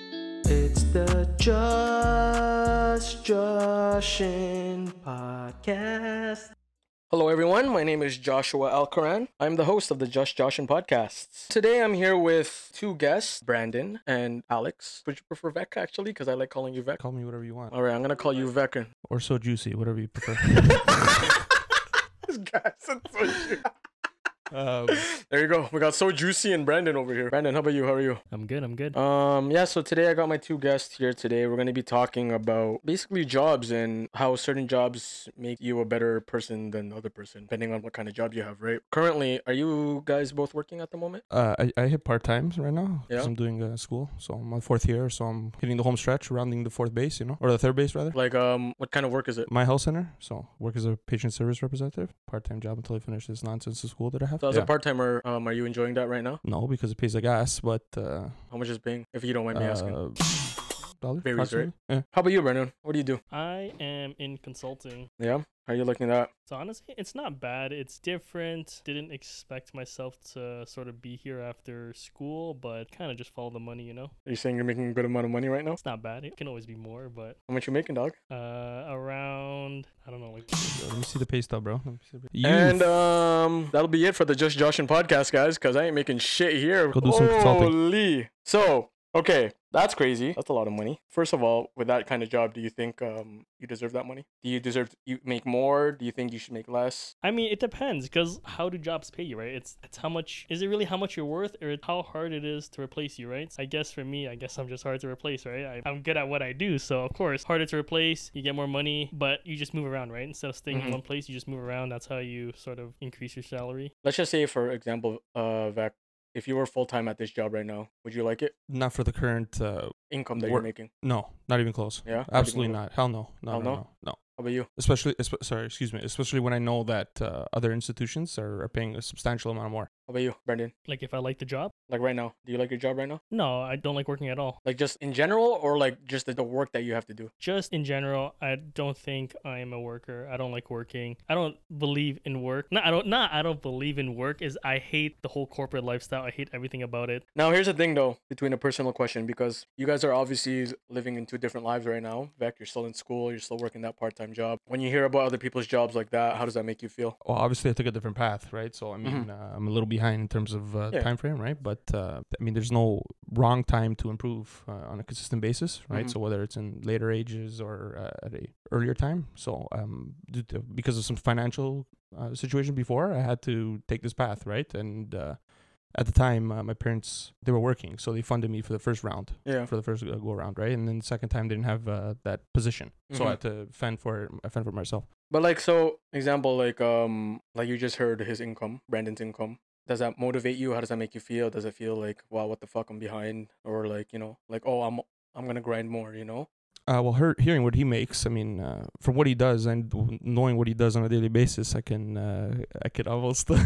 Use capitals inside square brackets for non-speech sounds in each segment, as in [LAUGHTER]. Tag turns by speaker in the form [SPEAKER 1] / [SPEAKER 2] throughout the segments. [SPEAKER 1] It's the Just Joshin podcast. Hello, everyone. My name is Joshua Alcoran. I'm the host of the Just Joshin podcast. Today, I'm here with two guests, Brandon and Alex. Would you prefer Vec actually? Because I like calling you Vec.
[SPEAKER 2] Call me whatever you want.
[SPEAKER 1] All right, I'm gonna call you Vecker.
[SPEAKER 2] Uh, Or so juicy, whatever you prefer.
[SPEAKER 1] [LAUGHS] This guy's so juicy.
[SPEAKER 2] um,
[SPEAKER 1] There you go. We got so juicy and Brandon over here. Brandon, how about you? How are you?
[SPEAKER 3] I'm good. I'm good.
[SPEAKER 1] Um, yeah, so today I got my two guests here today. We're going to be talking about basically jobs and how certain jobs make you a better person than the other person, depending on what kind of job you have, right? Currently, are you guys both working at the moment?
[SPEAKER 2] uh, I, I hit part times right now because
[SPEAKER 1] Yeah.
[SPEAKER 2] I'm doing uh, school. So I'm on fourth year. So I'm hitting the home stretch, rounding the fourth base, you know, or the third base rather.
[SPEAKER 1] Like, um, what kind of work is it?
[SPEAKER 2] My health center. So work as a patient service representative, part time job until I finish this nonsense of school that I have.
[SPEAKER 1] So as
[SPEAKER 2] Yeah.
[SPEAKER 1] a part-timer, um, are you enjoying that right now?
[SPEAKER 2] no, because it pays like ass, but. Uh,
[SPEAKER 1] How much is paying, if you don't mind me asking?
[SPEAKER 2] uh, dollar,
[SPEAKER 1] Varies, right?
[SPEAKER 2] approximately. Yeah.
[SPEAKER 1] How about you, Brandon? What do you do?
[SPEAKER 3] I am in consulting.
[SPEAKER 1] Yeah? How are you looking at that?
[SPEAKER 3] So honestly, it's not bad. It's different. Didn't expect myself to sort of be here after school, but kind of just follow the money, you know?
[SPEAKER 1] Are you saying you're making a good amount of money right now?
[SPEAKER 3] It's not bad. It can always be more, but
[SPEAKER 1] How much you making, dog?
[SPEAKER 3] uh around I don't know, like
[SPEAKER 2] Yo, Let me see the pay stub, bro. Let me see the pay- You
[SPEAKER 1] And um, that'll be it for the Just Joshin podcast, guys, because I ain't making shit here.
[SPEAKER 2] Go do some consulting.
[SPEAKER 1] Holy. So, okay, that's crazy. That's a lot of money. First of all, with that kind of job, do you think um you deserve that money? Do you deserve you make more? Do you think you should make less?
[SPEAKER 3] I mean, it depends because how do jobs pay you, right? It's it's how much is it really how much you're worth or how hard it is to replace you, right? I guess for me, I guess I'm just hard to replace, right? I, I'm good at what I do, so of course, harder to replace, you get more money, but you just move around, right? Instead of staying
[SPEAKER 1] Mhm.
[SPEAKER 3] in one place, you just move around. That's how you sort of increase your salary.
[SPEAKER 1] Let's just say, for example, uh, Vac, if you were full time at this job right now, would you like it?
[SPEAKER 2] not for the current. Uh,
[SPEAKER 1] Income that
[SPEAKER 2] Work.
[SPEAKER 1] you're making.
[SPEAKER 2] no, not even close.
[SPEAKER 1] Yeah. Pretty
[SPEAKER 2] Absolutely
[SPEAKER 1] good.
[SPEAKER 2] not. Hell no. No,
[SPEAKER 1] Hell no?
[SPEAKER 2] no, no, no.
[SPEAKER 1] How about you?
[SPEAKER 2] especially esp- sorry excuse me especially when i know that uh, other institutions are, are paying a substantial amount more
[SPEAKER 1] How about you, Brendan?
[SPEAKER 3] Like if I like the job?
[SPEAKER 1] Like right now, do you like your job right now?
[SPEAKER 3] No, I don't like working at all.
[SPEAKER 1] Like just in general, or like just the, the work that you have to do?
[SPEAKER 3] Just in general, I don't think I'm a worker. I don't like working. I don't believe in work. No, I don't. Not I don't believe in work. Is I hate the whole corporate lifestyle. I hate everything about it.
[SPEAKER 1] Now, here's the thing, though, between a personal question, because you guys are obviously living in two different lives right now. Vec, you're still in school, you're still working that part time job. When you hear about other people's jobs like that, how does that make you feel?
[SPEAKER 2] well obviously i took a different path right so i mean uh, i'm a little behind in terms of uh,
[SPEAKER 1] Yeah.
[SPEAKER 2] time frame right but uh, i mean there's no wrong time to improve uh, on a consistent basis right
[SPEAKER 1] Mhm.
[SPEAKER 2] so whether it's in later ages or uh, at a earlier time so um due to, because of some financial uh, situation before i had to take this path right and uh, at the time uh, my parents they were working so they funded me for the first round
[SPEAKER 1] Yeah.
[SPEAKER 2] for the first uh, go around, right? And then the second time they didn't have uh, that position, so I
[SPEAKER 1] Mhm.
[SPEAKER 2] had to fend for it, I fend for myself.
[SPEAKER 1] But like, so example, like, um, like you just heard his income, Brandon's income. Does that motivate you? How does that make you feel? Does it feel like, wow, what the fuck, I'm behind, or like, you know, like, oh, I'm, I'm gonna grind more, you know?
[SPEAKER 2] Uh, well, her, hearing what he makes, I mean, uh, from what he does and w- knowing what he does on a daily basis, I can uh, I could almost. [LAUGHS]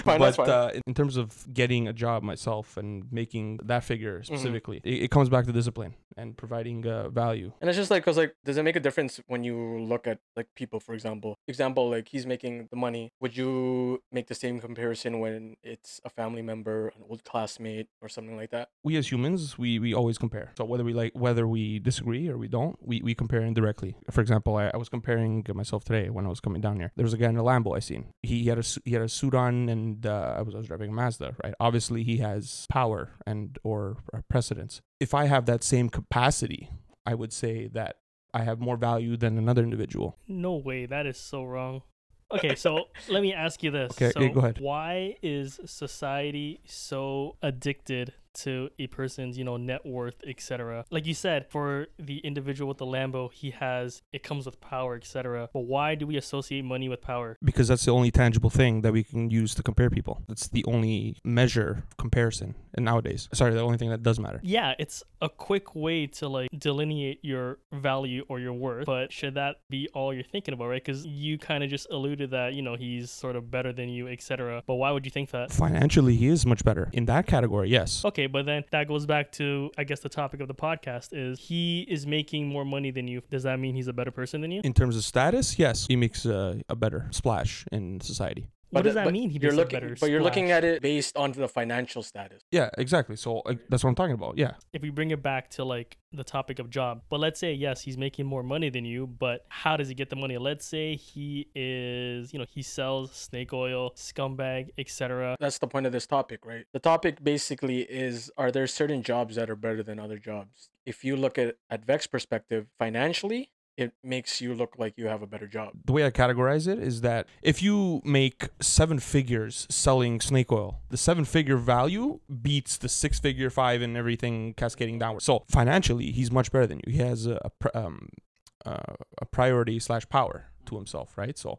[SPEAKER 1] Fine,
[SPEAKER 2] but
[SPEAKER 1] that's fine.
[SPEAKER 2] Uh, in terms of getting a job myself and making that figure
[SPEAKER 1] Mm-hmm.
[SPEAKER 2] specifically, it, it comes back to discipline and providing uh, value.
[SPEAKER 1] And it's just like, cause like, does it make a difference when you look at like people, for example? Example, like he's making the money. Would you make the same comparison when it's a family member, an old classmate, or something like that?
[SPEAKER 2] we as humans we, we always compare so whether we like whether we disagree or we don't we, we compare indirectly for example I, I was comparing myself today when i was coming down here there was a guy in a lambo i seen he, he had a su- he had a suit on and uh, I, was, I was driving a mazda right obviously he has power and or uh, precedence if i have that same capacity i would say that i have more value than another individual
[SPEAKER 3] No way, that is so wrong. Okay,
[SPEAKER 2] [LAUGHS]
[SPEAKER 3] so let me ask you this.
[SPEAKER 2] Okay,
[SPEAKER 3] so
[SPEAKER 2] yeah, go ahead.
[SPEAKER 3] Why is society so addicted to a person's, you know, net worth, etc.? Like you said, for the individual with the Lambo, he has it comes with power, etc. But why do we associate money with power?
[SPEAKER 2] because that's the only tangible thing that we can use to compare people that's the only measure of comparison and nowadays sorry the only thing that does matter
[SPEAKER 3] Yeah, it's a quick way to like delineate your value or your worth, but should that be all you're thinking about, right? Because you kind of just alluded that, you know, he's sort of better than you, etc. But why would you think that?
[SPEAKER 2] financially he is much better in that category yes
[SPEAKER 3] Okay, but then that goes back to I guess the topic of the podcast is he is making more money than you. Does that mean he's a better person than you?
[SPEAKER 2] in terms of status yes he makes a, a better splash in society
[SPEAKER 3] What
[SPEAKER 1] But- uh,
[SPEAKER 3] does that
[SPEAKER 1] but
[SPEAKER 3] mean? He
[SPEAKER 1] You're
[SPEAKER 3] makes a
[SPEAKER 1] looking,
[SPEAKER 3] better
[SPEAKER 1] but you're looking
[SPEAKER 3] splash?
[SPEAKER 1] at it based on the financial status.
[SPEAKER 2] Yeah, exactly. So like, that's what I'm talking about. Yeah,
[SPEAKER 3] if we bring it back to like the topic of job, but let's say yes, he's making more money than you, but how does he get the money? Let's say he is, you know, he sells snake oil, scumbag, etc.
[SPEAKER 1] That's the point of this topic, right? The topic basically is: Are there certain jobs that are better than other jobs? If you look at at Vex perspective financially, it makes you look like you have a better job.
[SPEAKER 2] the way I categorize it is that if you make seven figures selling snake oil, the seven figure value beats the six figure five and everything cascading downward. So financially, he's much better than you. He has a, a pr- um, uh, a priority slash power to himself, right? So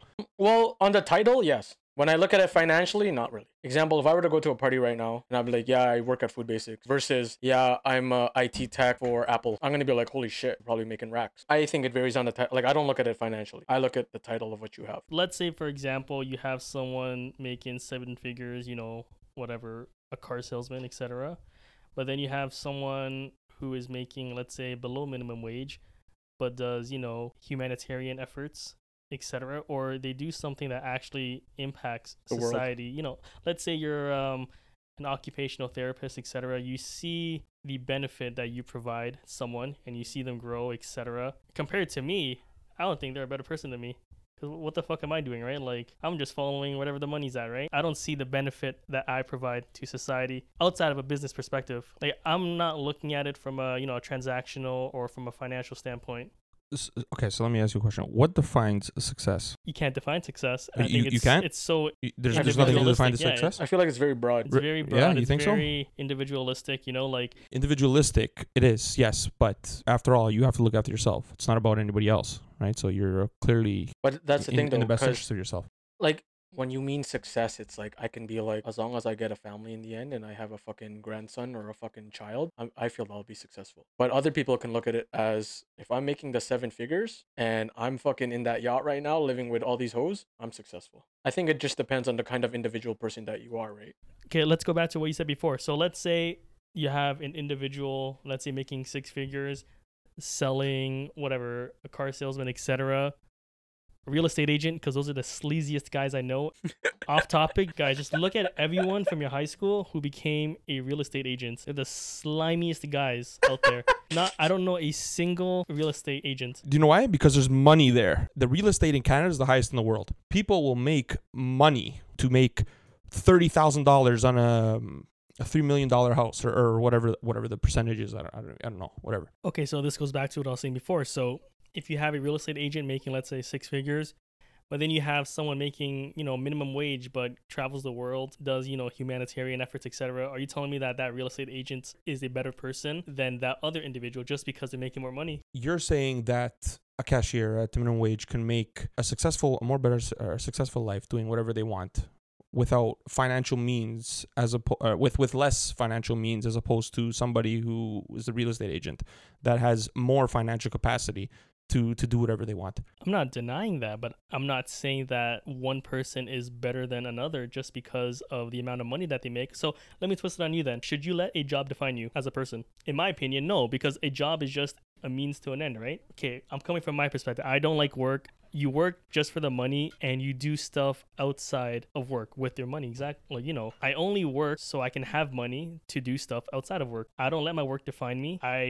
[SPEAKER 1] Well, on the title, yes. When I look at it financially, not really. Example, if I were to go to a party right now and I'd be like, yeah, I work at Food Basics versus, yeah, I'm a IT tech for Apple, I'm going to be like, holy shit, probably making racks. I think it varies on the title. Like, I don't look at it financially. I look at the title of what you have.
[SPEAKER 3] Let's say, for example, you have someone making seven figures, you know, whatever, a car salesman, etc. But then you have someone who is making, let's say, below minimum wage, but does, you know, humanitarian efforts, etc. Or they do something that actually impacts
[SPEAKER 1] The world.
[SPEAKER 3] society. You know, let's say you're um, an occupational therapist, etc. You see the benefit that you provide someone, and you see them grow, etc. Compared to me, I don't think they're a better person than me. Cause what the fuck am I doing, right? Like I'm just following whatever the money's at, right? I don't see the benefit that I provide to society outside of a business perspective. Like I'm not looking at it from a you know a transactional or from a financial standpoint.
[SPEAKER 2] S- okay, so let me ask you a question. What defines success?
[SPEAKER 3] You can't define success. and I
[SPEAKER 2] You-
[SPEAKER 3] think
[SPEAKER 2] you
[SPEAKER 3] it's,
[SPEAKER 2] can't?
[SPEAKER 3] It's so
[SPEAKER 2] Y- There's,
[SPEAKER 1] Yeah,
[SPEAKER 2] there's nothing to define the
[SPEAKER 3] individualistic, yeah,
[SPEAKER 2] success.
[SPEAKER 1] I feel like it's very broad.
[SPEAKER 3] it's
[SPEAKER 2] Re-
[SPEAKER 3] very broad.
[SPEAKER 2] yeah, you
[SPEAKER 3] it's
[SPEAKER 2] think so?
[SPEAKER 3] very individualistic. You know, like
[SPEAKER 2] Individualistic, it is, yes, but after all, you have to look after yourself. It's not about anybody else, right? So you're clearly
[SPEAKER 1] But that's the
[SPEAKER 2] in,
[SPEAKER 1] thing, though.
[SPEAKER 2] in the best
[SPEAKER 1] 'cause,
[SPEAKER 2] interest of yourself.
[SPEAKER 1] like, when you mean success, it's like, I can be like, as long as I get a family in the end and I have a fucking grandson or a fucking child, I, I feel I'll be successful. But other people can look at it as if I'm making the seven figures and I'm fucking in that yacht right now living with all these hoes, I'm successful. I think it just depends on the kind of individual person that you are, right?
[SPEAKER 3] okay, let's go back to what you said before. So let's say you have an individual, let's say making six figures, selling whatever, a car salesman, etc. Real estate agent, because those are the sleaziest guys I know. Off topic, guys, just look at everyone from [LAUGHS] your high school who became a real estate agent. They're the slimiest guys out
[SPEAKER 1] [LAUGHS]
[SPEAKER 3] there. Not, I don't know a single real estate agent.
[SPEAKER 2] Do you know why? Because there's money there. The real estate in Canada is the highest in the world. People will make money to make thirty thousand dollars on a, um, a three million dollar house or, or whatever whatever the percentage is. I don't, I don't I don't know whatever.
[SPEAKER 3] Okay, so this goes back to what I was saying before. So if you have a real estate agent making, let's say, six figures, but then you have someone making, you know, minimum wage but travels the world, does, you know, humanitarian efforts, etc. Are you telling me that that real estate agent is a better person than that other individual just because they're making more money?
[SPEAKER 2] You're saying that a cashier at the minimum wage can make a successful, a more better, s- uh, successful life doing whatever they want without financial means as oppo- uh, with with less financial means as opposed to somebody who is a real estate agent that has more financial capacity to to do whatever they want.
[SPEAKER 3] I'm not denying that, but I'm not saying that one person is better than another just because of the amount of money that they make. So let me twist it on you then. Should you let a job define you as a person? In my opinion, no, because a job is just a means to an end, right? Okay, I'm coming from my perspective. I don't like work. You work just for the money and you do stuff outside of work with your money. Exactly. You know, I only work so I can have money to do stuff outside of work. I don't let my work define me. I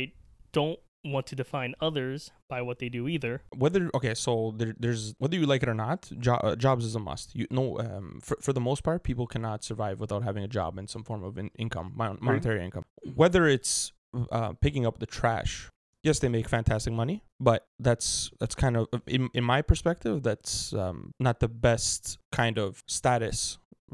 [SPEAKER 3] don't want to define others by what they do either.
[SPEAKER 2] whether okay so there, there's whether you like it or not jo- uh, jobs is a must you know um, for, for the most part people cannot survive without having a job and some form of in- income mon-
[SPEAKER 3] Mm-hmm.
[SPEAKER 2] monetary income whether it's uh, picking up the trash yes they make fantastic money but that's that's kind of in, in my perspective that's um, not the best kind of status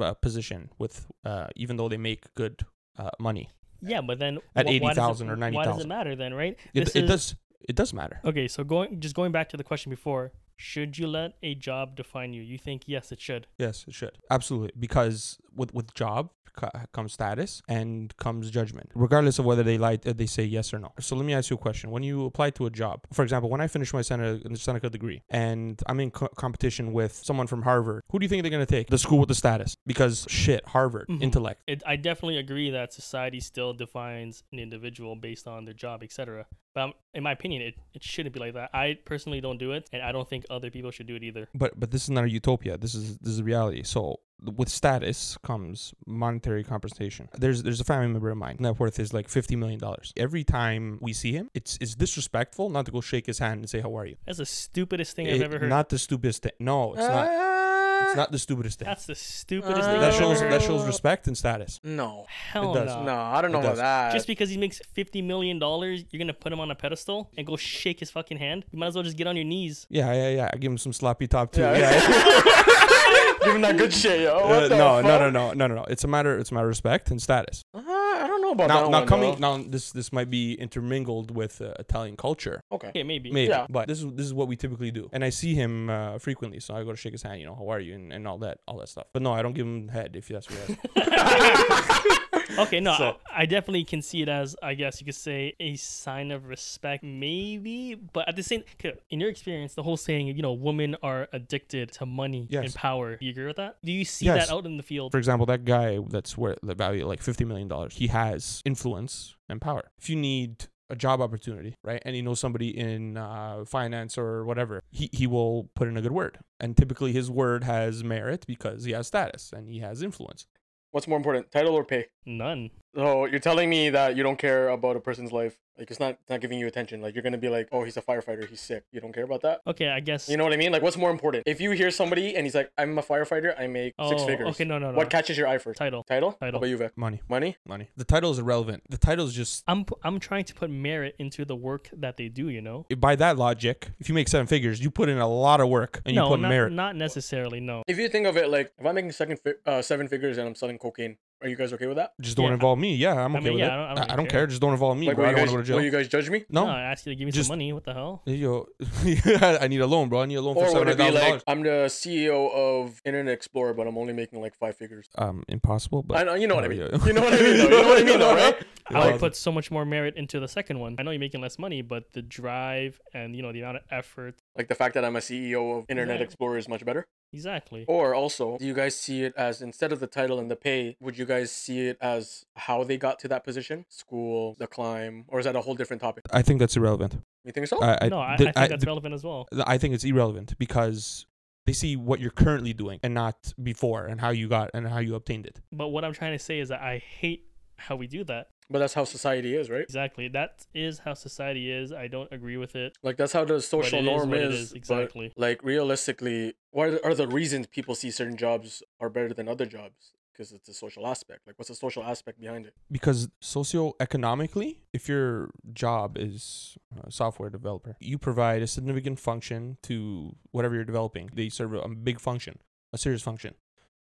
[SPEAKER 2] uh, position with uh, even though they make good uh, money
[SPEAKER 3] Yeah, but then
[SPEAKER 2] At
[SPEAKER 3] wh- why does
[SPEAKER 2] 80,000
[SPEAKER 3] it-
[SPEAKER 2] or
[SPEAKER 3] Why
[SPEAKER 2] 90,000?
[SPEAKER 3] does it matter then, right?
[SPEAKER 2] it,
[SPEAKER 3] This
[SPEAKER 2] it
[SPEAKER 3] is-
[SPEAKER 2] does it does matter
[SPEAKER 3] Okay, so going just going back to the question before, should you let a job define you? You think yes, it should.
[SPEAKER 2] Yes, it should. Absolutely. Because with with job co- comes status and comes judgment, regardless of whether they lie, uh, they say yes or no. So let me ask you a question. When you apply to a job, for example, when I finish my Seneca, Seneca degree and I'm in co- competition with someone from Harvard, who do you think they're going to take? The school with the status. Because shit, Harvard,
[SPEAKER 3] Mhm.
[SPEAKER 2] intellect.
[SPEAKER 3] It, I definitely agree that society still defines an individual based on their job, etc. But um in my opinion, it, it shouldn't be like that. I personally don't do it, and I don't think other people should do it either.
[SPEAKER 2] but but this is not a utopia. This is this is reality. So with status comes monetary compensation. There's there's a family member of mine. Net worth is like fifty million dollars. Every time we see him, it's it's disrespectful not to go shake his hand and say how are you.
[SPEAKER 3] That's the stupidest thing I've
[SPEAKER 2] It-
[SPEAKER 3] ever heard.
[SPEAKER 2] Not the stupidest thing. No, it's not. It's not the stupidest thing.
[SPEAKER 3] That's the stupidest
[SPEAKER 1] Uh,
[SPEAKER 3] thing.
[SPEAKER 2] That
[SPEAKER 3] I've
[SPEAKER 2] shows
[SPEAKER 3] ever
[SPEAKER 2] that
[SPEAKER 3] heard.
[SPEAKER 2] shows respect and status.
[SPEAKER 1] No.
[SPEAKER 3] Hell
[SPEAKER 2] does.
[SPEAKER 3] no.
[SPEAKER 1] No, I don't
[SPEAKER 2] It
[SPEAKER 1] know about
[SPEAKER 2] does.
[SPEAKER 1] that.
[SPEAKER 3] Uh, Just because he makes fifty million dollars, you're gonna put him on a pedestal and go shake his fucking hand. You might as well just get on your knees.
[SPEAKER 2] Yeah, yeah, yeah. I give him some sloppy top too.
[SPEAKER 1] Yeah.
[SPEAKER 2] Yeah. yeah.
[SPEAKER 1] [LAUGHS] Give him that good shit, yo. [LAUGHS] What
[SPEAKER 2] Uh,
[SPEAKER 1] the
[SPEAKER 2] no,
[SPEAKER 1] fuck?
[SPEAKER 2] no, no, no, no, no, no. It's a matter. It's a matter of respect and status.
[SPEAKER 1] Uh, I don't know about
[SPEAKER 2] now,
[SPEAKER 1] that
[SPEAKER 2] now
[SPEAKER 1] one,
[SPEAKER 2] coming
[SPEAKER 1] though.
[SPEAKER 2] now, this this might be intermingled with uh, Italian culture.
[SPEAKER 3] [LAUGHS]
[SPEAKER 1] Okay.
[SPEAKER 3] Okay, maybe.
[SPEAKER 2] Maybe,
[SPEAKER 1] Yeah.
[SPEAKER 2] but this is this is what we typically do, and I see him uh, frequently, so I go to shake his hand, you know, how are you, and, and all that, all that stuff. But no, I don't give him head if that's what. That's.
[SPEAKER 3] Okay, no,
[SPEAKER 2] So-
[SPEAKER 3] I, I definitely can see it as, I guess you could say, a sign of respect, maybe. But at the same, 'kay, in your experience, the whole saying, you know, women are addicted to money
[SPEAKER 2] Yes.
[SPEAKER 3] and power. Do you agree with that? Do you see
[SPEAKER 2] Yes.
[SPEAKER 3] that out in the
[SPEAKER 2] [LAUGHS]
[SPEAKER 3] field?
[SPEAKER 2] For example, that guy that's worth the value of like fifty million dollars, he has influence and power. If you need a job opportunity, right, and he knows somebody in uh, finance or whatever, he he will put in a good word, and typically his word has merit because he has status and he has influence.
[SPEAKER 1] What's more important, title or pay?
[SPEAKER 3] None.
[SPEAKER 1] So you're telling me that you don't care about a person's life? Like it's not it's not giving you attention. Like you're gonna be like, oh, he's a firefighter. He's sick. You don't care about that.
[SPEAKER 3] Okay, I guess.
[SPEAKER 1] You know what I mean? Like what's more important? If you hear somebody and he's like, I'm a firefighter. I make six
[SPEAKER 3] Oh,
[SPEAKER 1] figures.
[SPEAKER 3] okay, no, no, no.
[SPEAKER 1] What catches your eye first?
[SPEAKER 3] title.
[SPEAKER 1] Title. How
[SPEAKER 3] Title.
[SPEAKER 1] about you, Vic?
[SPEAKER 2] Money,
[SPEAKER 1] Money.
[SPEAKER 2] money. The title is irrelevant. The title is just
[SPEAKER 3] I'm pu- I'm trying to put merit into the work that they do. You know.
[SPEAKER 2] by that logic, if you make seven figures, you put in a lot of work and you
[SPEAKER 3] no,
[SPEAKER 2] put
[SPEAKER 3] not,
[SPEAKER 2] merit.
[SPEAKER 3] not necessarily. No.
[SPEAKER 1] If you think of it like, if I'm making second fi- uh, seven figures and I'm selling cocaine, are you guys okay with that?
[SPEAKER 2] Just don't
[SPEAKER 3] Yeah,
[SPEAKER 2] involve me. Yeah, I'm
[SPEAKER 3] I
[SPEAKER 2] okay
[SPEAKER 3] mean,
[SPEAKER 2] with
[SPEAKER 3] yeah,
[SPEAKER 2] it.
[SPEAKER 3] I
[SPEAKER 2] I
[SPEAKER 3] don't- I
[SPEAKER 2] don't,
[SPEAKER 3] don't really
[SPEAKER 2] care.
[SPEAKER 3] care.
[SPEAKER 2] Just don't involve me.
[SPEAKER 1] Like,
[SPEAKER 2] bro.
[SPEAKER 1] will
[SPEAKER 2] I
[SPEAKER 1] you
[SPEAKER 2] don't
[SPEAKER 1] guys,
[SPEAKER 2] want to go
[SPEAKER 1] will
[SPEAKER 2] to
[SPEAKER 1] you
[SPEAKER 2] jail.
[SPEAKER 1] guys judge me?
[SPEAKER 2] No,
[SPEAKER 3] I asked you to give me
[SPEAKER 2] just-
[SPEAKER 3] some money. What the hell?
[SPEAKER 2] yo, [LAUGHS] I need a loan, bro. I need a loan for
[SPEAKER 1] Or would
[SPEAKER 2] seven
[SPEAKER 1] it be
[SPEAKER 2] thousand
[SPEAKER 1] like
[SPEAKER 2] dollars.
[SPEAKER 1] I'm the CEO of Internet Explorer, but I'm only making like five figures?
[SPEAKER 2] Um, impossible. But
[SPEAKER 1] I know, you know what I
[SPEAKER 2] Oh,
[SPEAKER 1] mean.
[SPEAKER 2] yeah.
[SPEAKER 1] You know what I mean. Though. You know what I mean, though, right?
[SPEAKER 3] I
[SPEAKER 2] Like-
[SPEAKER 3] would put so much more merit into the second one. I know you're making less money, but the drive and you know the amount of effort.
[SPEAKER 1] [LAUGHS] Like the fact that I'm a CEO of Internet
[SPEAKER 3] Yeah.
[SPEAKER 1] Explorer is much better.
[SPEAKER 3] Exactly.
[SPEAKER 1] Or also, do you guys see it as instead of the title and the pay, would you guys see it as how they got to that position? School, the climb, or is that a whole different topic?
[SPEAKER 2] I think that's irrelevant.
[SPEAKER 1] You think so?
[SPEAKER 2] I, I,
[SPEAKER 3] no, I,
[SPEAKER 2] th-
[SPEAKER 3] I think
[SPEAKER 2] I-
[SPEAKER 3] that's
[SPEAKER 2] th-
[SPEAKER 3] relevant as well.
[SPEAKER 2] I think it's irrelevant because they see what you're currently doing and not before and how you got and how you obtained it.
[SPEAKER 3] But what I'm trying to say is that I hate how we do that.
[SPEAKER 1] but that's how society is, right?
[SPEAKER 3] Exactly. That is how society is. I don't agree with it.
[SPEAKER 1] Like that's how the social
[SPEAKER 3] it is
[SPEAKER 1] norm
[SPEAKER 3] what it
[SPEAKER 1] is.
[SPEAKER 3] is,
[SPEAKER 1] but,
[SPEAKER 3] exactly.
[SPEAKER 1] like realistically, what are- are the reasons people see certain jobs are better than other jobs? Because it's a social aspect. Like, what's the social aspect behind it?
[SPEAKER 2] because socioeconomically, if your job is a software developer, you provide a significant function to whatever you're developing. They serve a big function, a serious function.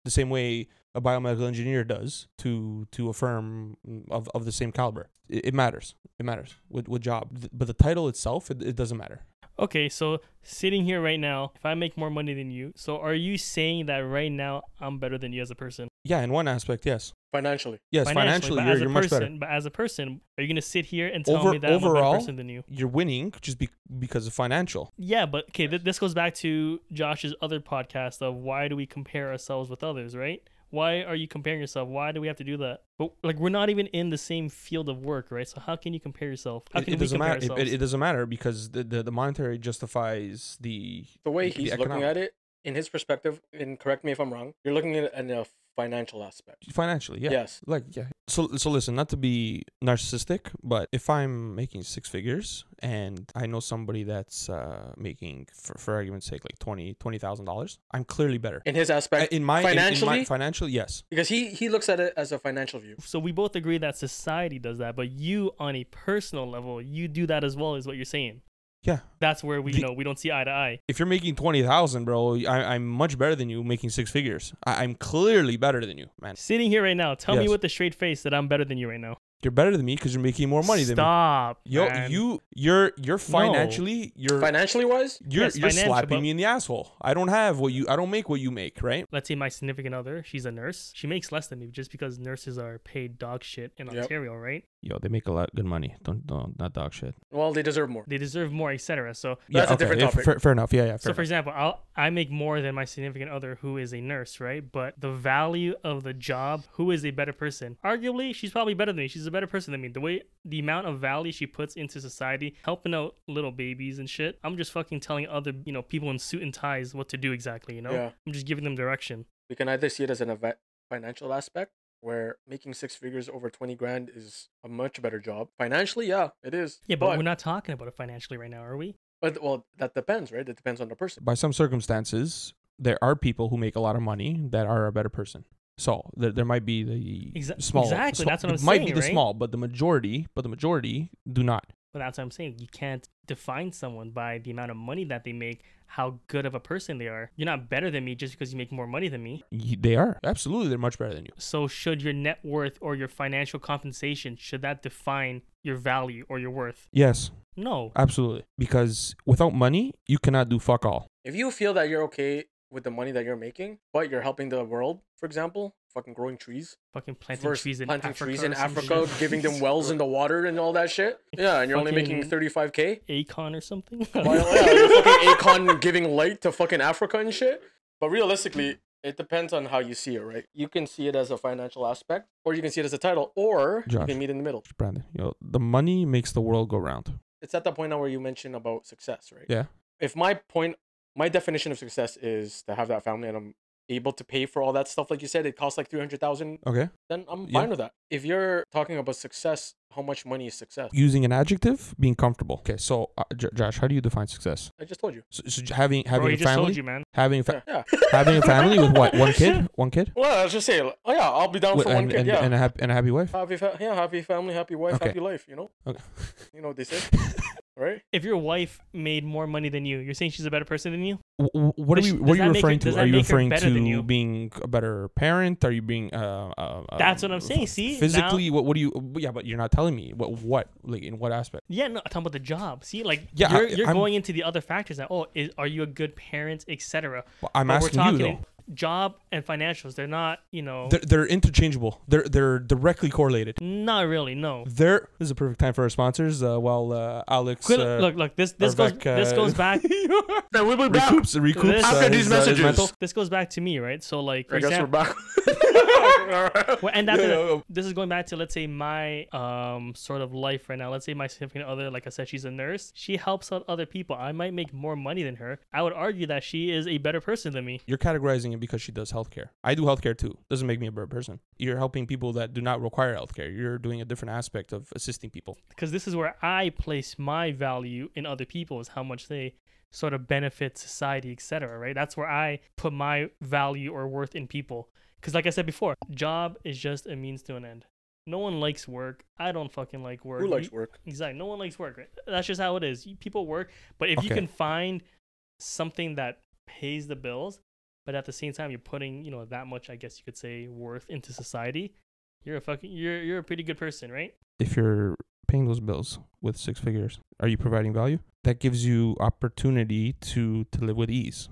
[SPEAKER 2] The same way a biomedical engineer does to to a firm of, of the same caliber. It, it matters. It matters with, with job. Th- But the title itself, it, it doesn't matter.
[SPEAKER 3] Okay, so sitting here right now, if I make more money than you, so are you saying that right now I'm better than you as a person?
[SPEAKER 2] Yeah, in one aspect, yes.
[SPEAKER 1] Financially,
[SPEAKER 2] Yes, financially,
[SPEAKER 3] but
[SPEAKER 2] you're,
[SPEAKER 3] as a
[SPEAKER 2] you're much
[SPEAKER 3] person,
[SPEAKER 2] better.
[SPEAKER 3] but as a person, are you gonna sit here and tell
[SPEAKER 2] Over-
[SPEAKER 3] me that I'm a
[SPEAKER 2] overall-
[SPEAKER 3] better person than you?
[SPEAKER 2] You're winning just be, because of financial.
[SPEAKER 3] Yeah, but okay, th- this goes back to Josh's other podcast of why do we compare ourselves with others, right? Why are you comparing yourself? Why do we have to do that? But like, we're not even in the same field of work, right? So how can you compare yourself? How
[SPEAKER 2] It-
[SPEAKER 3] can
[SPEAKER 2] it,
[SPEAKER 3] we
[SPEAKER 2] doesn't
[SPEAKER 3] compare
[SPEAKER 2] matter. It-
[SPEAKER 3] ourselves?
[SPEAKER 2] It, it doesn't matter because the, the, the monetary justifies the
[SPEAKER 1] the way
[SPEAKER 2] the
[SPEAKER 1] he's looking
[SPEAKER 2] economic-
[SPEAKER 1] at it, in his perspective, and correct me if I'm wrong, you're looking at it in a financial aspect.
[SPEAKER 2] financially. Yeah.
[SPEAKER 1] Yes.
[SPEAKER 2] Like yeah. So so listen, not to be narcissistic, but if I'm making six figures and I know somebody that's uh making for, for argument's sake like twenty twenty thousand dollars, I'm clearly better.
[SPEAKER 1] In his aspect,
[SPEAKER 2] Uh, in my in- in my-
[SPEAKER 1] financially?
[SPEAKER 2] financially, yes.
[SPEAKER 1] because he he looks at it as a financial view.
[SPEAKER 3] so we both agree that society does that, but you, on a personal level, you do that as well, is what you're saying.
[SPEAKER 2] Yeah.
[SPEAKER 3] That's where we
[SPEAKER 2] The-
[SPEAKER 3] you know we don't see eye to eye.
[SPEAKER 2] If you're making twenty thousand, bro, I, I'm much better than you making six figures. I, I'm clearly better than you, man.
[SPEAKER 3] Sitting here right now, tell me
[SPEAKER 2] Yes.
[SPEAKER 3] with a straight face that I'm better than you right now.
[SPEAKER 2] You're better than me because you're making more money than me.
[SPEAKER 3] Stop.
[SPEAKER 2] Yo,
[SPEAKER 3] man.
[SPEAKER 2] you, you're, you're financially, you're,
[SPEAKER 1] Financially wise,
[SPEAKER 2] you're,
[SPEAKER 3] Yes,
[SPEAKER 2] you're
[SPEAKER 3] financial,
[SPEAKER 2] slapping
[SPEAKER 3] but-
[SPEAKER 2] me in the asshole. I don't have what you, I don't make what you make, right?
[SPEAKER 3] let's say my significant other, she's a nurse. She makes less than me just because nurses are paid dog shit in
[SPEAKER 1] Yep.
[SPEAKER 3] Ontario, right?
[SPEAKER 2] Yo, they make a lot of good money. Don't don't not dog shit.
[SPEAKER 1] well, they deserve more.
[SPEAKER 3] They deserve more, etc. So,
[SPEAKER 1] That's a different
[SPEAKER 2] yeah,
[SPEAKER 1] topic.
[SPEAKER 2] Fair, fair enough. Yeah, yeah. Fair
[SPEAKER 3] so for
[SPEAKER 2] enough.
[SPEAKER 3] example, I'll I make more than my significant other who is a nurse, right? But the value of the job, who is a better person? Arguably, she's probably better than me. She's a better person than me. The way the amount of value she puts into society, helping out little babies and shit. I'm just fucking telling other, you know, people in suit and ties what to do exactly, you know?
[SPEAKER 1] Yeah.
[SPEAKER 3] I'm just giving them direction.
[SPEAKER 1] We can either see it as an eva- financial aspect where making six figures over 20 grand is a much better job. Financially, yeah, it is.
[SPEAKER 3] Yeah, but, we're not talking about it financially right now, are we?
[SPEAKER 1] but well, that depends, right? It depends on the person.
[SPEAKER 2] by some circumstances, there are people who make a lot of money that are a better person. So there, there might be the
[SPEAKER 3] Exa-
[SPEAKER 2] small,
[SPEAKER 3] exactly,
[SPEAKER 2] small-
[SPEAKER 3] that's what I'm
[SPEAKER 2] it might be
[SPEAKER 3] saying,
[SPEAKER 2] the
[SPEAKER 3] right?
[SPEAKER 2] small, but the majority, but the majority do not.
[SPEAKER 3] But that's what I'm saying. You can't define someone by the amount of money that they make, how good of a person they are. You're not better than me just because you make more money than me.
[SPEAKER 2] Y- They are absolutely they're much better than you.
[SPEAKER 3] So should your net worth or your financial compensation should that define your value or your worth?
[SPEAKER 2] Yes,
[SPEAKER 3] No.
[SPEAKER 2] absolutely. Because without money, you cannot do fuck all.
[SPEAKER 1] If you feel that you're okay with the money that you're making, but you're helping the world, for example, fucking growing trees,
[SPEAKER 3] Fucking planting
[SPEAKER 1] versus
[SPEAKER 3] trees in
[SPEAKER 1] planting
[SPEAKER 3] Africa.
[SPEAKER 1] trees in
[SPEAKER 3] or some
[SPEAKER 1] Africa,
[SPEAKER 3] shit.
[SPEAKER 1] giving them wells in the water and all that shit. Yeah, and you're only making
[SPEAKER 3] Fucking-
[SPEAKER 1] 35k.
[SPEAKER 3] [LAUGHS] Akon or
[SPEAKER 1] [LAUGHS]
[SPEAKER 3] something.
[SPEAKER 1] Why- yeah,
[SPEAKER 3] [LAUGHS]
[SPEAKER 1] you're fucking Akon giving light to fucking Africa and shit. But realistically, it depends on how you see it, right? You can see it as a financial aspect, or you can see it as a title, or you
[SPEAKER 2] Josh.
[SPEAKER 1] can meet in the middle.
[SPEAKER 2] Brandon, you know, the money makes the world go round.
[SPEAKER 1] It's at that point now where you mentioned about success, right?
[SPEAKER 2] Yeah.
[SPEAKER 1] If my point, my definition of success is to have that family and I'm able to pay for all that stuff, like you said, it costs like 300,000,
[SPEAKER 2] Okay.
[SPEAKER 1] then I'm
[SPEAKER 2] Yeah.
[SPEAKER 1] fine with that. If you're talking about success, how much money is success?
[SPEAKER 2] Using an adjective, being comfortable. Okay. So, uh, J- Josh, how do you define success?
[SPEAKER 1] I just told you.
[SPEAKER 2] So, so j- having having
[SPEAKER 3] Bro,
[SPEAKER 2] a
[SPEAKER 3] you just told
[SPEAKER 2] family,
[SPEAKER 3] you, man.
[SPEAKER 2] having a fa-
[SPEAKER 3] [LAUGHS]
[SPEAKER 1] Yeah. yeah.
[SPEAKER 2] having a family with what? One kid? One kid?
[SPEAKER 1] Well, I was just saying, like, oh yeah, I'll be down
[SPEAKER 2] With-
[SPEAKER 1] for one
[SPEAKER 2] and,
[SPEAKER 1] kid.
[SPEAKER 2] and,
[SPEAKER 1] yeah.
[SPEAKER 2] and a happy, and a happy wife.
[SPEAKER 1] Happy, fa- yeah, happy family, happy wife,
[SPEAKER 2] Okay.
[SPEAKER 1] happy life. You know,
[SPEAKER 2] Okay.
[SPEAKER 1] you know what they
[SPEAKER 2] [LAUGHS]
[SPEAKER 1] say, right?
[SPEAKER 3] If your wife made more money than you, you're saying she's a better person than you?
[SPEAKER 2] Wh- wh- what are
[SPEAKER 3] Does-
[SPEAKER 2] you what are
[SPEAKER 3] does
[SPEAKER 2] you
[SPEAKER 3] that make her-
[SPEAKER 2] referring
[SPEAKER 3] does
[SPEAKER 2] to?
[SPEAKER 3] that
[SPEAKER 2] Are you
[SPEAKER 3] make her
[SPEAKER 2] referring
[SPEAKER 3] better
[SPEAKER 2] to
[SPEAKER 3] than you?
[SPEAKER 2] being a better parent? Are you being uh, uh, uh
[SPEAKER 3] That's what I'm
[SPEAKER 2] f-
[SPEAKER 3] saying, see? Now-
[SPEAKER 2] physically, what what do you? but Yeah, but you're not telling me what what like in what aspect?
[SPEAKER 3] Yeah, no, I'm talking about the job. See, like
[SPEAKER 2] Yeah,
[SPEAKER 3] you're,
[SPEAKER 2] I-
[SPEAKER 3] you're
[SPEAKER 2] I'm-
[SPEAKER 3] going into the other factors now. Oh, is, are you a good parent, etc.
[SPEAKER 2] Well, I'm
[SPEAKER 3] But we're
[SPEAKER 2] asking you
[SPEAKER 3] talking
[SPEAKER 2] though.
[SPEAKER 3] job and financials. They're not, you know,
[SPEAKER 2] They're, they're interchangeable. They're they're directly correlated.
[SPEAKER 3] not really. No.
[SPEAKER 2] They're this is a perfect time for our sponsors. Uh, while uh, Alex
[SPEAKER 3] Quit-
[SPEAKER 2] uh,
[SPEAKER 3] look, look. This this goes
[SPEAKER 2] Arvek, uh,
[SPEAKER 3] this goes
[SPEAKER 2] [LAUGHS]
[SPEAKER 3] back.
[SPEAKER 1] Then we will
[SPEAKER 2] recoups recoups
[SPEAKER 3] After
[SPEAKER 2] uh,
[SPEAKER 1] these
[SPEAKER 2] his, uh, his
[SPEAKER 1] messages.
[SPEAKER 2] mental-
[SPEAKER 3] this goes back to me, right? So like, for
[SPEAKER 1] I guess we're
[SPEAKER 3] example,
[SPEAKER 1] back.
[SPEAKER 3] well, and after
[SPEAKER 2] Yeah,
[SPEAKER 3] that-
[SPEAKER 2] yeah, yeah.
[SPEAKER 3] this is going back to let's say my um sort of life right now. Let's say my significant other, like I said, she's a nurse. She helps out other people. I might make more money than her. I would argue that she is a better person than me.
[SPEAKER 2] You're categorizing it because she does healthcare. I do healthcare too. Doesn't make me a better person. You're helping people that do not require healthcare. You're doing a different aspect of assisting people.
[SPEAKER 3] because this is where I place my value in other people is how much they sort of benefit society, etc. Right? That's where I put my value or worth in people. Because, like I said before, job is just a means to an end. No one likes work. I don't fucking like work.
[SPEAKER 1] [LAUGHS] Who likes
[SPEAKER 3] You-
[SPEAKER 1] work? [LAUGHS]
[SPEAKER 3] Exactly. No one likes work. Right? That's just how it is. You- People work, but if you
[SPEAKER 2] Okay.
[SPEAKER 3] can find something that pays the bills, but at the same time you're putting, you know, that much, I guess you could say, worth into society, you're a fucking, you're you're a pretty good person, right?
[SPEAKER 2] if you're paying those bills with six figures, are you providing value? That gives you opportunity to to live with ease.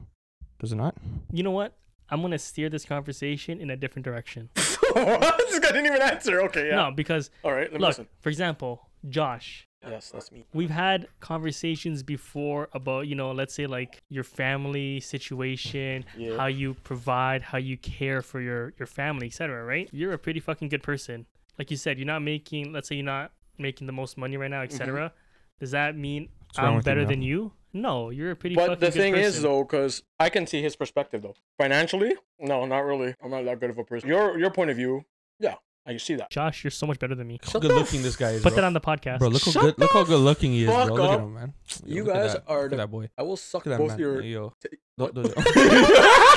[SPEAKER 2] Does it not?
[SPEAKER 3] you know what? I'm gonna steer this conversation in a different direction.
[SPEAKER 1] what? This guy didn't even answer. Okay, yeah.
[SPEAKER 3] No, because
[SPEAKER 1] All right, let me
[SPEAKER 3] look,
[SPEAKER 1] listen.
[SPEAKER 3] for example, Josh,
[SPEAKER 1] Yes, that's me.
[SPEAKER 3] we've had conversations before about you know, let's say like your family situation,
[SPEAKER 1] Yeah.
[SPEAKER 3] how you provide, how you care for your your family, etc. Right? You're a pretty fucking good person. Like you said, you're not making. Let's say you're not making the most money right now,
[SPEAKER 1] Mm-hmm.
[SPEAKER 3] etc. Does that mean
[SPEAKER 2] What's wrong
[SPEAKER 3] I'm
[SPEAKER 2] with you
[SPEAKER 3] better
[SPEAKER 2] now?
[SPEAKER 3] than you? No, you're a pretty.
[SPEAKER 1] But
[SPEAKER 3] fucking
[SPEAKER 1] the
[SPEAKER 3] good
[SPEAKER 1] thing is,
[SPEAKER 3] person.
[SPEAKER 1] though, because I can see his perspective, though. Financially, no, not really. I'm not that good of a person. Your your point of view, yeah, I can see that.
[SPEAKER 3] Josh, you're so much better than me.
[SPEAKER 2] Look how good looking this guy is.
[SPEAKER 3] Put
[SPEAKER 2] bro.
[SPEAKER 3] that on the podcast.
[SPEAKER 2] Bro, look how
[SPEAKER 1] Shut
[SPEAKER 2] good look how good looking he is, bro.
[SPEAKER 1] fuck
[SPEAKER 2] Look at
[SPEAKER 1] up.
[SPEAKER 2] him, man. Yo,
[SPEAKER 1] You
[SPEAKER 2] look at
[SPEAKER 1] guys
[SPEAKER 2] that.
[SPEAKER 1] are
[SPEAKER 2] look
[SPEAKER 1] the-
[SPEAKER 2] at that boy.
[SPEAKER 1] I will suck
[SPEAKER 2] Look at that
[SPEAKER 1] both [LAUGHS]
[SPEAKER 2] man.
[SPEAKER 1] your.
[SPEAKER 2] Yo.
[SPEAKER 1] t-
[SPEAKER 2] Don't, don't,
[SPEAKER 1] [LAUGHS]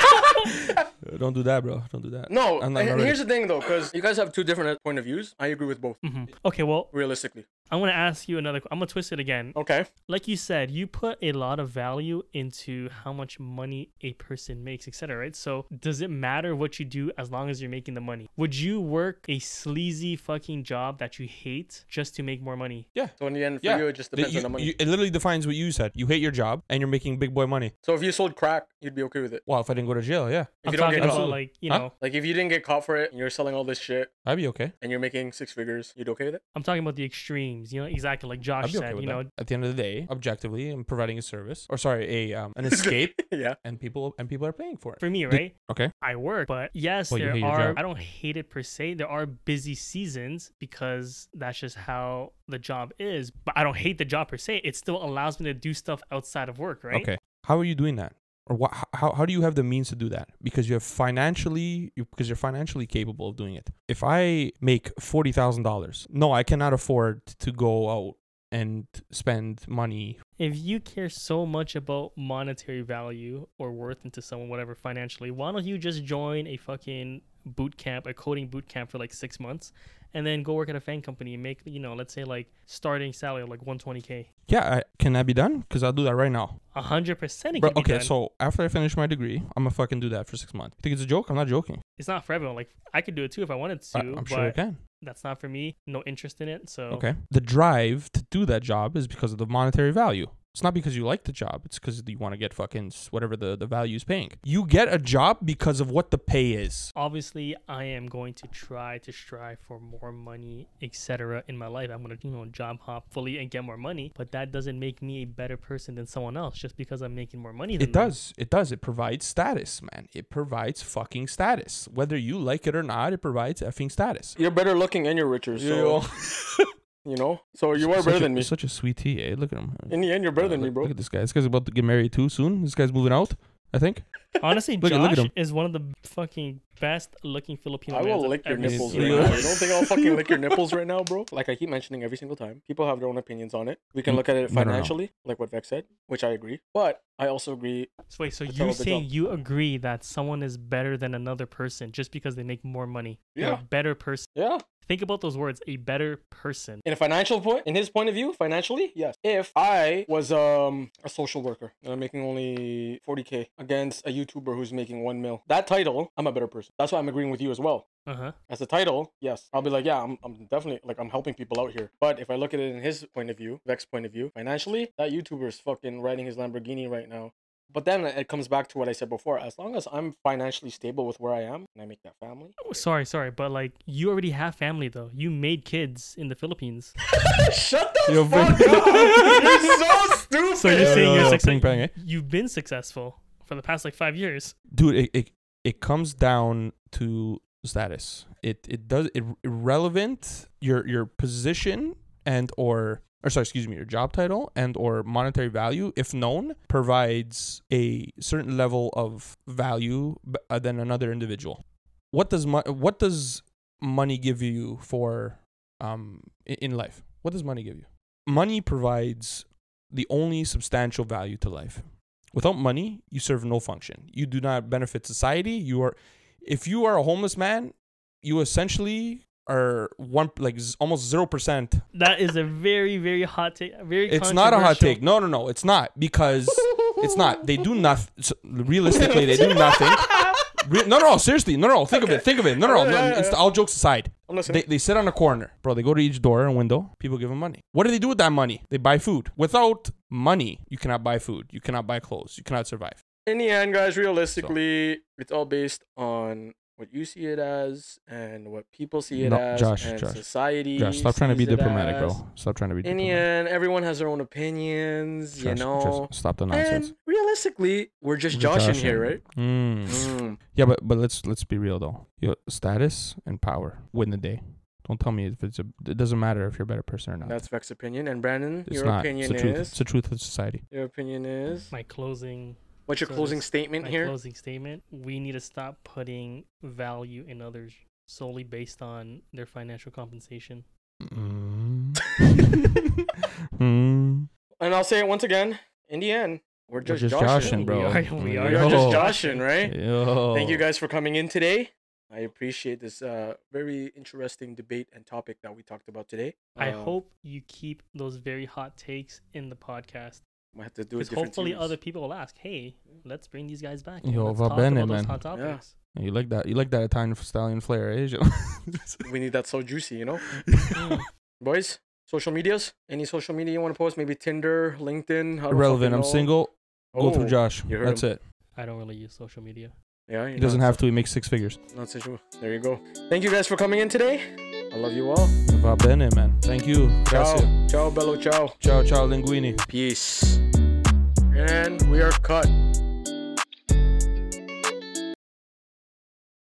[SPEAKER 2] don't do that, bro. Don't do that.
[SPEAKER 1] No,
[SPEAKER 2] I'm
[SPEAKER 1] and
[SPEAKER 2] not already.
[SPEAKER 1] here's the thing, though, because you guys have two different point of views. I agree with both,
[SPEAKER 3] hmm Okay, well,
[SPEAKER 1] realistically.
[SPEAKER 3] I'm gonna ask you another. qu- I'm gonna twist it again.
[SPEAKER 1] Okay.
[SPEAKER 3] Like you said, you put a lot of value into how much money a person makes, etc. Right? So does it matter what you do as long as you're making the money? Would you work a sleazy fucking job that you hate just to make more money?
[SPEAKER 2] Yeah.
[SPEAKER 1] So in the end, for
[SPEAKER 2] Yeah.
[SPEAKER 1] you, it just
[SPEAKER 2] The-
[SPEAKER 1] depends
[SPEAKER 2] you-
[SPEAKER 1] on the money.
[SPEAKER 2] you- it literally defines what you said. You hate your job and you're making big boy money.
[SPEAKER 1] so if you sold crack, you'd be okay with it.
[SPEAKER 2] Well, if I didn't go to jail, yeah,
[SPEAKER 1] If
[SPEAKER 3] I'm
[SPEAKER 1] you don't
[SPEAKER 3] talking
[SPEAKER 1] get
[SPEAKER 3] about
[SPEAKER 1] caught,
[SPEAKER 2] Absolutely.
[SPEAKER 3] like you
[SPEAKER 2] Huh?
[SPEAKER 3] know,
[SPEAKER 1] like if you didn't get caught for it, and you're selling all this shit,
[SPEAKER 2] I'd be okay.
[SPEAKER 1] and you're making six figures, you'd okay with it? [LAUGHS]
[SPEAKER 3] I'm talking about the extreme. names. You know, exactly like Josh
[SPEAKER 2] I'd be okay
[SPEAKER 3] said.
[SPEAKER 2] with
[SPEAKER 3] you
[SPEAKER 2] that.
[SPEAKER 3] know,
[SPEAKER 2] At the end of the day, objectively, I'm providing a service or sorry, a um,
[SPEAKER 1] [LAUGHS]
[SPEAKER 2] an escape,
[SPEAKER 1] yeah.
[SPEAKER 2] and people and people are paying for it.
[SPEAKER 3] for me,
[SPEAKER 2] Did-
[SPEAKER 3] right?
[SPEAKER 2] Okay.
[SPEAKER 3] I work, but yes,
[SPEAKER 2] Well, you hate
[SPEAKER 3] there
[SPEAKER 2] your
[SPEAKER 3] are.
[SPEAKER 2] job.
[SPEAKER 3] I don't hate it per se. There are busy seasons because that's just how the job is. But I don't hate the job per se. It still allows me to do stuff outside of work, right?
[SPEAKER 2] Okay. How are you doing that? Or what, how, how do you have the means to do that? Because you're financially you, because you're financially capable of doing it. If I make forty thousand dollars, no, I cannot afford to go out and spend money.
[SPEAKER 3] If you care so much about monetary value or worth into someone, whatever financially, why don't you just join a fucking boot camp, a coding boot camp for like six months, and then go work at a fan company and make, you know, let's say like starting salary of like 120k.
[SPEAKER 2] Yeah, I, can that be done? Because I'll do that right now.
[SPEAKER 3] A hundred percent, it
[SPEAKER 2] Bro,
[SPEAKER 3] can be
[SPEAKER 2] okay,
[SPEAKER 3] done.
[SPEAKER 2] so after I finish my degree, I'm gonna fucking do that for six months. You think it's a joke? I'm not joking.
[SPEAKER 3] it's not for everyone. Like I could do it too if I wanted to,
[SPEAKER 2] I, am
[SPEAKER 3] but
[SPEAKER 2] sure I can.
[SPEAKER 3] that's not for me. No interest in it. So
[SPEAKER 2] Okay. The drive to do that job is because of the monetary value. It's not because you like the job. It's because you want to get fucking s- whatever the, the value is paying. You get a job because of what the pay is.
[SPEAKER 3] obviously, I am going to try to strive for more money, etc. In my life, I'm gonna you know job hop fully and get more money. But that doesn't make me a better person than someone else just because I'm making more money. Than
[SPEAKER 2] It
[SPEAKER 3] them.
[SPEAKER 2] does. [LAUGHS] It does. It provides status, man. It provides fucking status. Whether you like it or not, it provides effing status.
[SPEAKER 1] You're better looking and you're richer, so you know. So you are
[SPEAKER 2] [LAUGHS] Such
[SPEAKER 1] better
[SPEAKER 2] a-
[SPEAKER 1] than me.
[SPEAKER 2] Such a sweet tea, eh? Look at him.
[SPEAKER 1] In the end, you're better than
[SPEAKER 2] look,
[SPEAKER 1] me, bro.
[SPEAKER 2] Look at this guy. This guy's about to get married too soon. This guy's moving out, I think.
[SPEAKER 3] Honestly,
[SPEAKER 2] Look at- look at
[SPEAKER 3] Josh
[SPEAKER 2] him.
[SPEAKER 3] is one of the fucking best looking Filipino.
[SPEAKER 1] I will
[SPEAKER 3] mans I've
[SPEAKER 1] lick your
[SPEAKER 3] ever
[SPEAKER 1] nipples
[SPEAKER 3] seen.
[SPEAKER 1] right
[SPEAKER 2] Yeah.
[SPEAKER 1] now. You don't think I'll fucking lick your nipples right now, bro? Like I keep mentioning every single time. People have their own opinions on it. We can
[SPEAKER 2] Mm,
[SPEAKER 1] look at it
[SPEAKER 2] no, no, no.
[SPEAKER 1] financially, like what Vex said, which I agree. But I also agree.
[SPEAKER 3] [LAUGHS] So wait, so
[SPEAKER 1] That's all
[SPEAKER 3] you
[SPEAKER 1] of the
[SPEAKER 3] saying
[SPEAKER 1] job.
[SPEAKER 3] you agree that someone is better than another person just because they make more money? They're
[SPEAKER 1] Yeah.
[SPEAKER 3] a better person.
[SPEAKER 1] Yeah.
[SPEAKER 3] Think about those words. A better person.
[SPEAKER 1] In a financial point, in his point of view, financially, yes. If I was um a social worker and I'm making only 40k against a YouTuber who's making one mil, that title, I'm a better person. That's why I'm agreeing with you as well.
[SPEAKER 3] Uh huh.
[SPEAKER 1] As a title, yes, I'll be like, yeah, I'm, I'm definitely like I'm helping people out here. But if I look at it in his point of view, Vex's point of view, financially, that YouTuber is fucking riding his Lamborghini right now. But then it comes back to what I said before. As long as I'm financially stable with where I am and I make that family,
[SPEAKER 3] Oh, Sorry, sorry, but like you already have family though. You made kids in the
[SPEAKER 2] [LAUGHS]
[SPEAKER 3] Philippines.
[SPEAKER 1] [LAUGHS] shut the
[SPEAKER 2] Yo,
[SPEAKER 1] fuck
[SPEAKER 2] bro.
[SPEAKER 1] up! You're
[SPEAKER 2] [LAUGHS]
[SPEAKER 1] so stupid. [LAUGHS]
[SPEAKER 3] So you're saying you're
[SPEAKER 2] ping
[SPEAKER 3] successful.
[SPEAKER 2] pong, eh?
[SPEAKER 3] You've been successful for the past like five years.
[SPEAKER 2] dude it, it it comes down to status it it does it irrelevant your your position and or or sorry excuse me your job title and or monetary value if known provides a certain level of value b- uh, than another individual what does mo- what does money give you for um i- in life what does money give you money provides the only substantial value to life Without money, you serve no function. You do not benefit society. You are, if you are a homeless man, you essentially are one like z- almost zero percent.
[SPEAKER 3] That is a very, very hot take. Very.
[SPEAKER 2] It's not a hot
[SPEAKER 3] controversial-
[SPEAKER 2] take. No, no, no. It's not
[SPEAKER 3] [LAUGHS]
[SPEAKER 2] because it's not. They do nothing. Realistically, they do nothing. Re- no, no, seriously, no, no. Think of it. Think of it. No, no, no.
[SPEAKER 1] Yeah, yeah,
[SPEAKER 2] It's
[SPEAKER 1] yeah.
[SPEAKER 2] all jokes aside.
[SPEAKER 1] I'm listening.
[SPEAKER 2] They, they sit on a corner, bro. They go to each door and window. People give them money. What do they do with that money? They buy food. Without money, you cannot buy food. You cannot buy clothes. You cannot survive.
[SPEAKER 1] in the end, guys, realistically, it's all based on what you see it as and what people see it
[SPEAKER 2] No,
[SPEAKER 1] as
[SPEAKER 2] Josh,
[SPEAKER 1] and
[SPEAKER 2] Josh.
[SPEAKER 1] society.
[SPEAKER 2] Josh, stop trying to be
[SPEAKER 1] sees it
[SPEAKER 2] diplomatic,
[SPEAKER 1] as.
[SPEAKER 2] bro. Stop trying to be
[SPEAKER 1] In the
[SPEAKER 2] diplomatic.
[SPEAKER 1] end, everyone has their own opinions, you
[SPEAKER 2] Josh,
[SPEAKER 1] know.
[SPEAKER 2] just stop the nonsense.
[SPEAKER 1] And realistically, we're just
[SPEAKER 2] We're
[SPEAKER 1] Josh in
[SPEAKER 2] joshing.
[SPEAKER 1] here, right?
[SPEAKER 2] Mm. Yeah, but but let's let's be real though. Your status and power win the day. Don't tell me if it's a. It doesn't matter if you're a better person or not.
[SPEAKER 1] That's Vex's opinion. And Brandon,
[SPEAKER 2] it's
[SPEAKER 1] your
[SPEAKER 2] not. It's
[SPEAKER 1] opinion
[SPEAKER 2] the truth.
[SPEAKER 1] is.
[SPEAKER 2] It's the truth of
[SPEAKER 1] [LAUGHS]
[SPEAKER 2] society.
[SPEAKER 1] Your opinion is.
[SPEAKER 3] My closing,
[SPEAKER 1] What's your
[SPEAKER 3] so
[SPEAKER 1] closing
[SPEAKER 3] this-
[SPEAKER 1] statement
[SPEAKER 3] my
[SPEAKER 1] here?
[SPEAKER 3] closing statement. We need to stop putting value in others solely based on their financial compensation.
[SPEAKER 2] Mm. Mm.
[SPEAKER 1] and I'll say it once again. In the end, we're just,
[SPEAKER 2] just
[SPEAKER 1] joshing.
[SPEAKER 2] joshing, bro.
[SPEAKER 3] We are- we
[SPEAKER 1] We're
[SPEAKER 3] are
[SPEAKER 2] Yo.
[SPEAKER 1] just joshing, right?
[SPEAKER 2] Yo.
[SPEAKER 1] Thank you guys for coming in today. I appreciate this uh, very interesting debate and topic that we talked about today.
[SPEAKER 3] I
[SPEAKER 1] Uh,
[SPEAKER 3] hope you keep those very hot takes in the podcast
[SPEAKER 1] might have to do a
[SPEAKER 3] because
[SPEAKER 1] different
[SPEAKER 3] hopefully
[SPEAKER 1] series.
[SPEAKER 3] other people will ask, "Hey, let's bring these guys back. and
[SPEAKER 2] Yo,
[SPEAKER 3] let's
[SPEAKER 2] va
[SPEAKER 3] talk
[SPEAKER 2] bene,
[SPEAKER 3] about those
[SPEAKER 2] man.
[SPEAKER 3] hot
[SPEAKER 1] Yeah.
[SPEAKER 3] topics."
[SPEAKER 2] You like that? You like that Italian stallion flair, eh?
[SPEAKER 1] Mm.
[SPEAKER 2] [LAUGHS]
[SPEAKER 1] we need that so juicy, you know. Boys, social medias. Any social media you want to post? Maybe Tinder, LinkedIn. I don't
[SPEAKER 2] Irrelevant. I'm
[SPEAKER 1] fucking know.
[SPEAKER 2] single. Go
[SPEAKER 1] Oh,
[SPEAKER 2] through Josh.
[SPEAKER 1] you heard
[SPEAKER 2] That's it.
[SPEAKER 3] I don't really use social media.
[SPEAKER 1] Yeah,
[SPEAKER 2] He doesn't have to. He makes six figures.
[SPEAKER 1] Not, not situ- There you go. Thank you guys for coming in today. I love you all.
[SPEAKER 2] Va bene, man. Thank you.
[SPEAKER 1] Ciao.
[SPEAKER 2] Grazie.
[SPEAKER 1] Ciao, bello. Ciao.
[SPEAKER 2] Ciao, ciao, linguini.
[SPEAKER 1] Peace. And we are cut.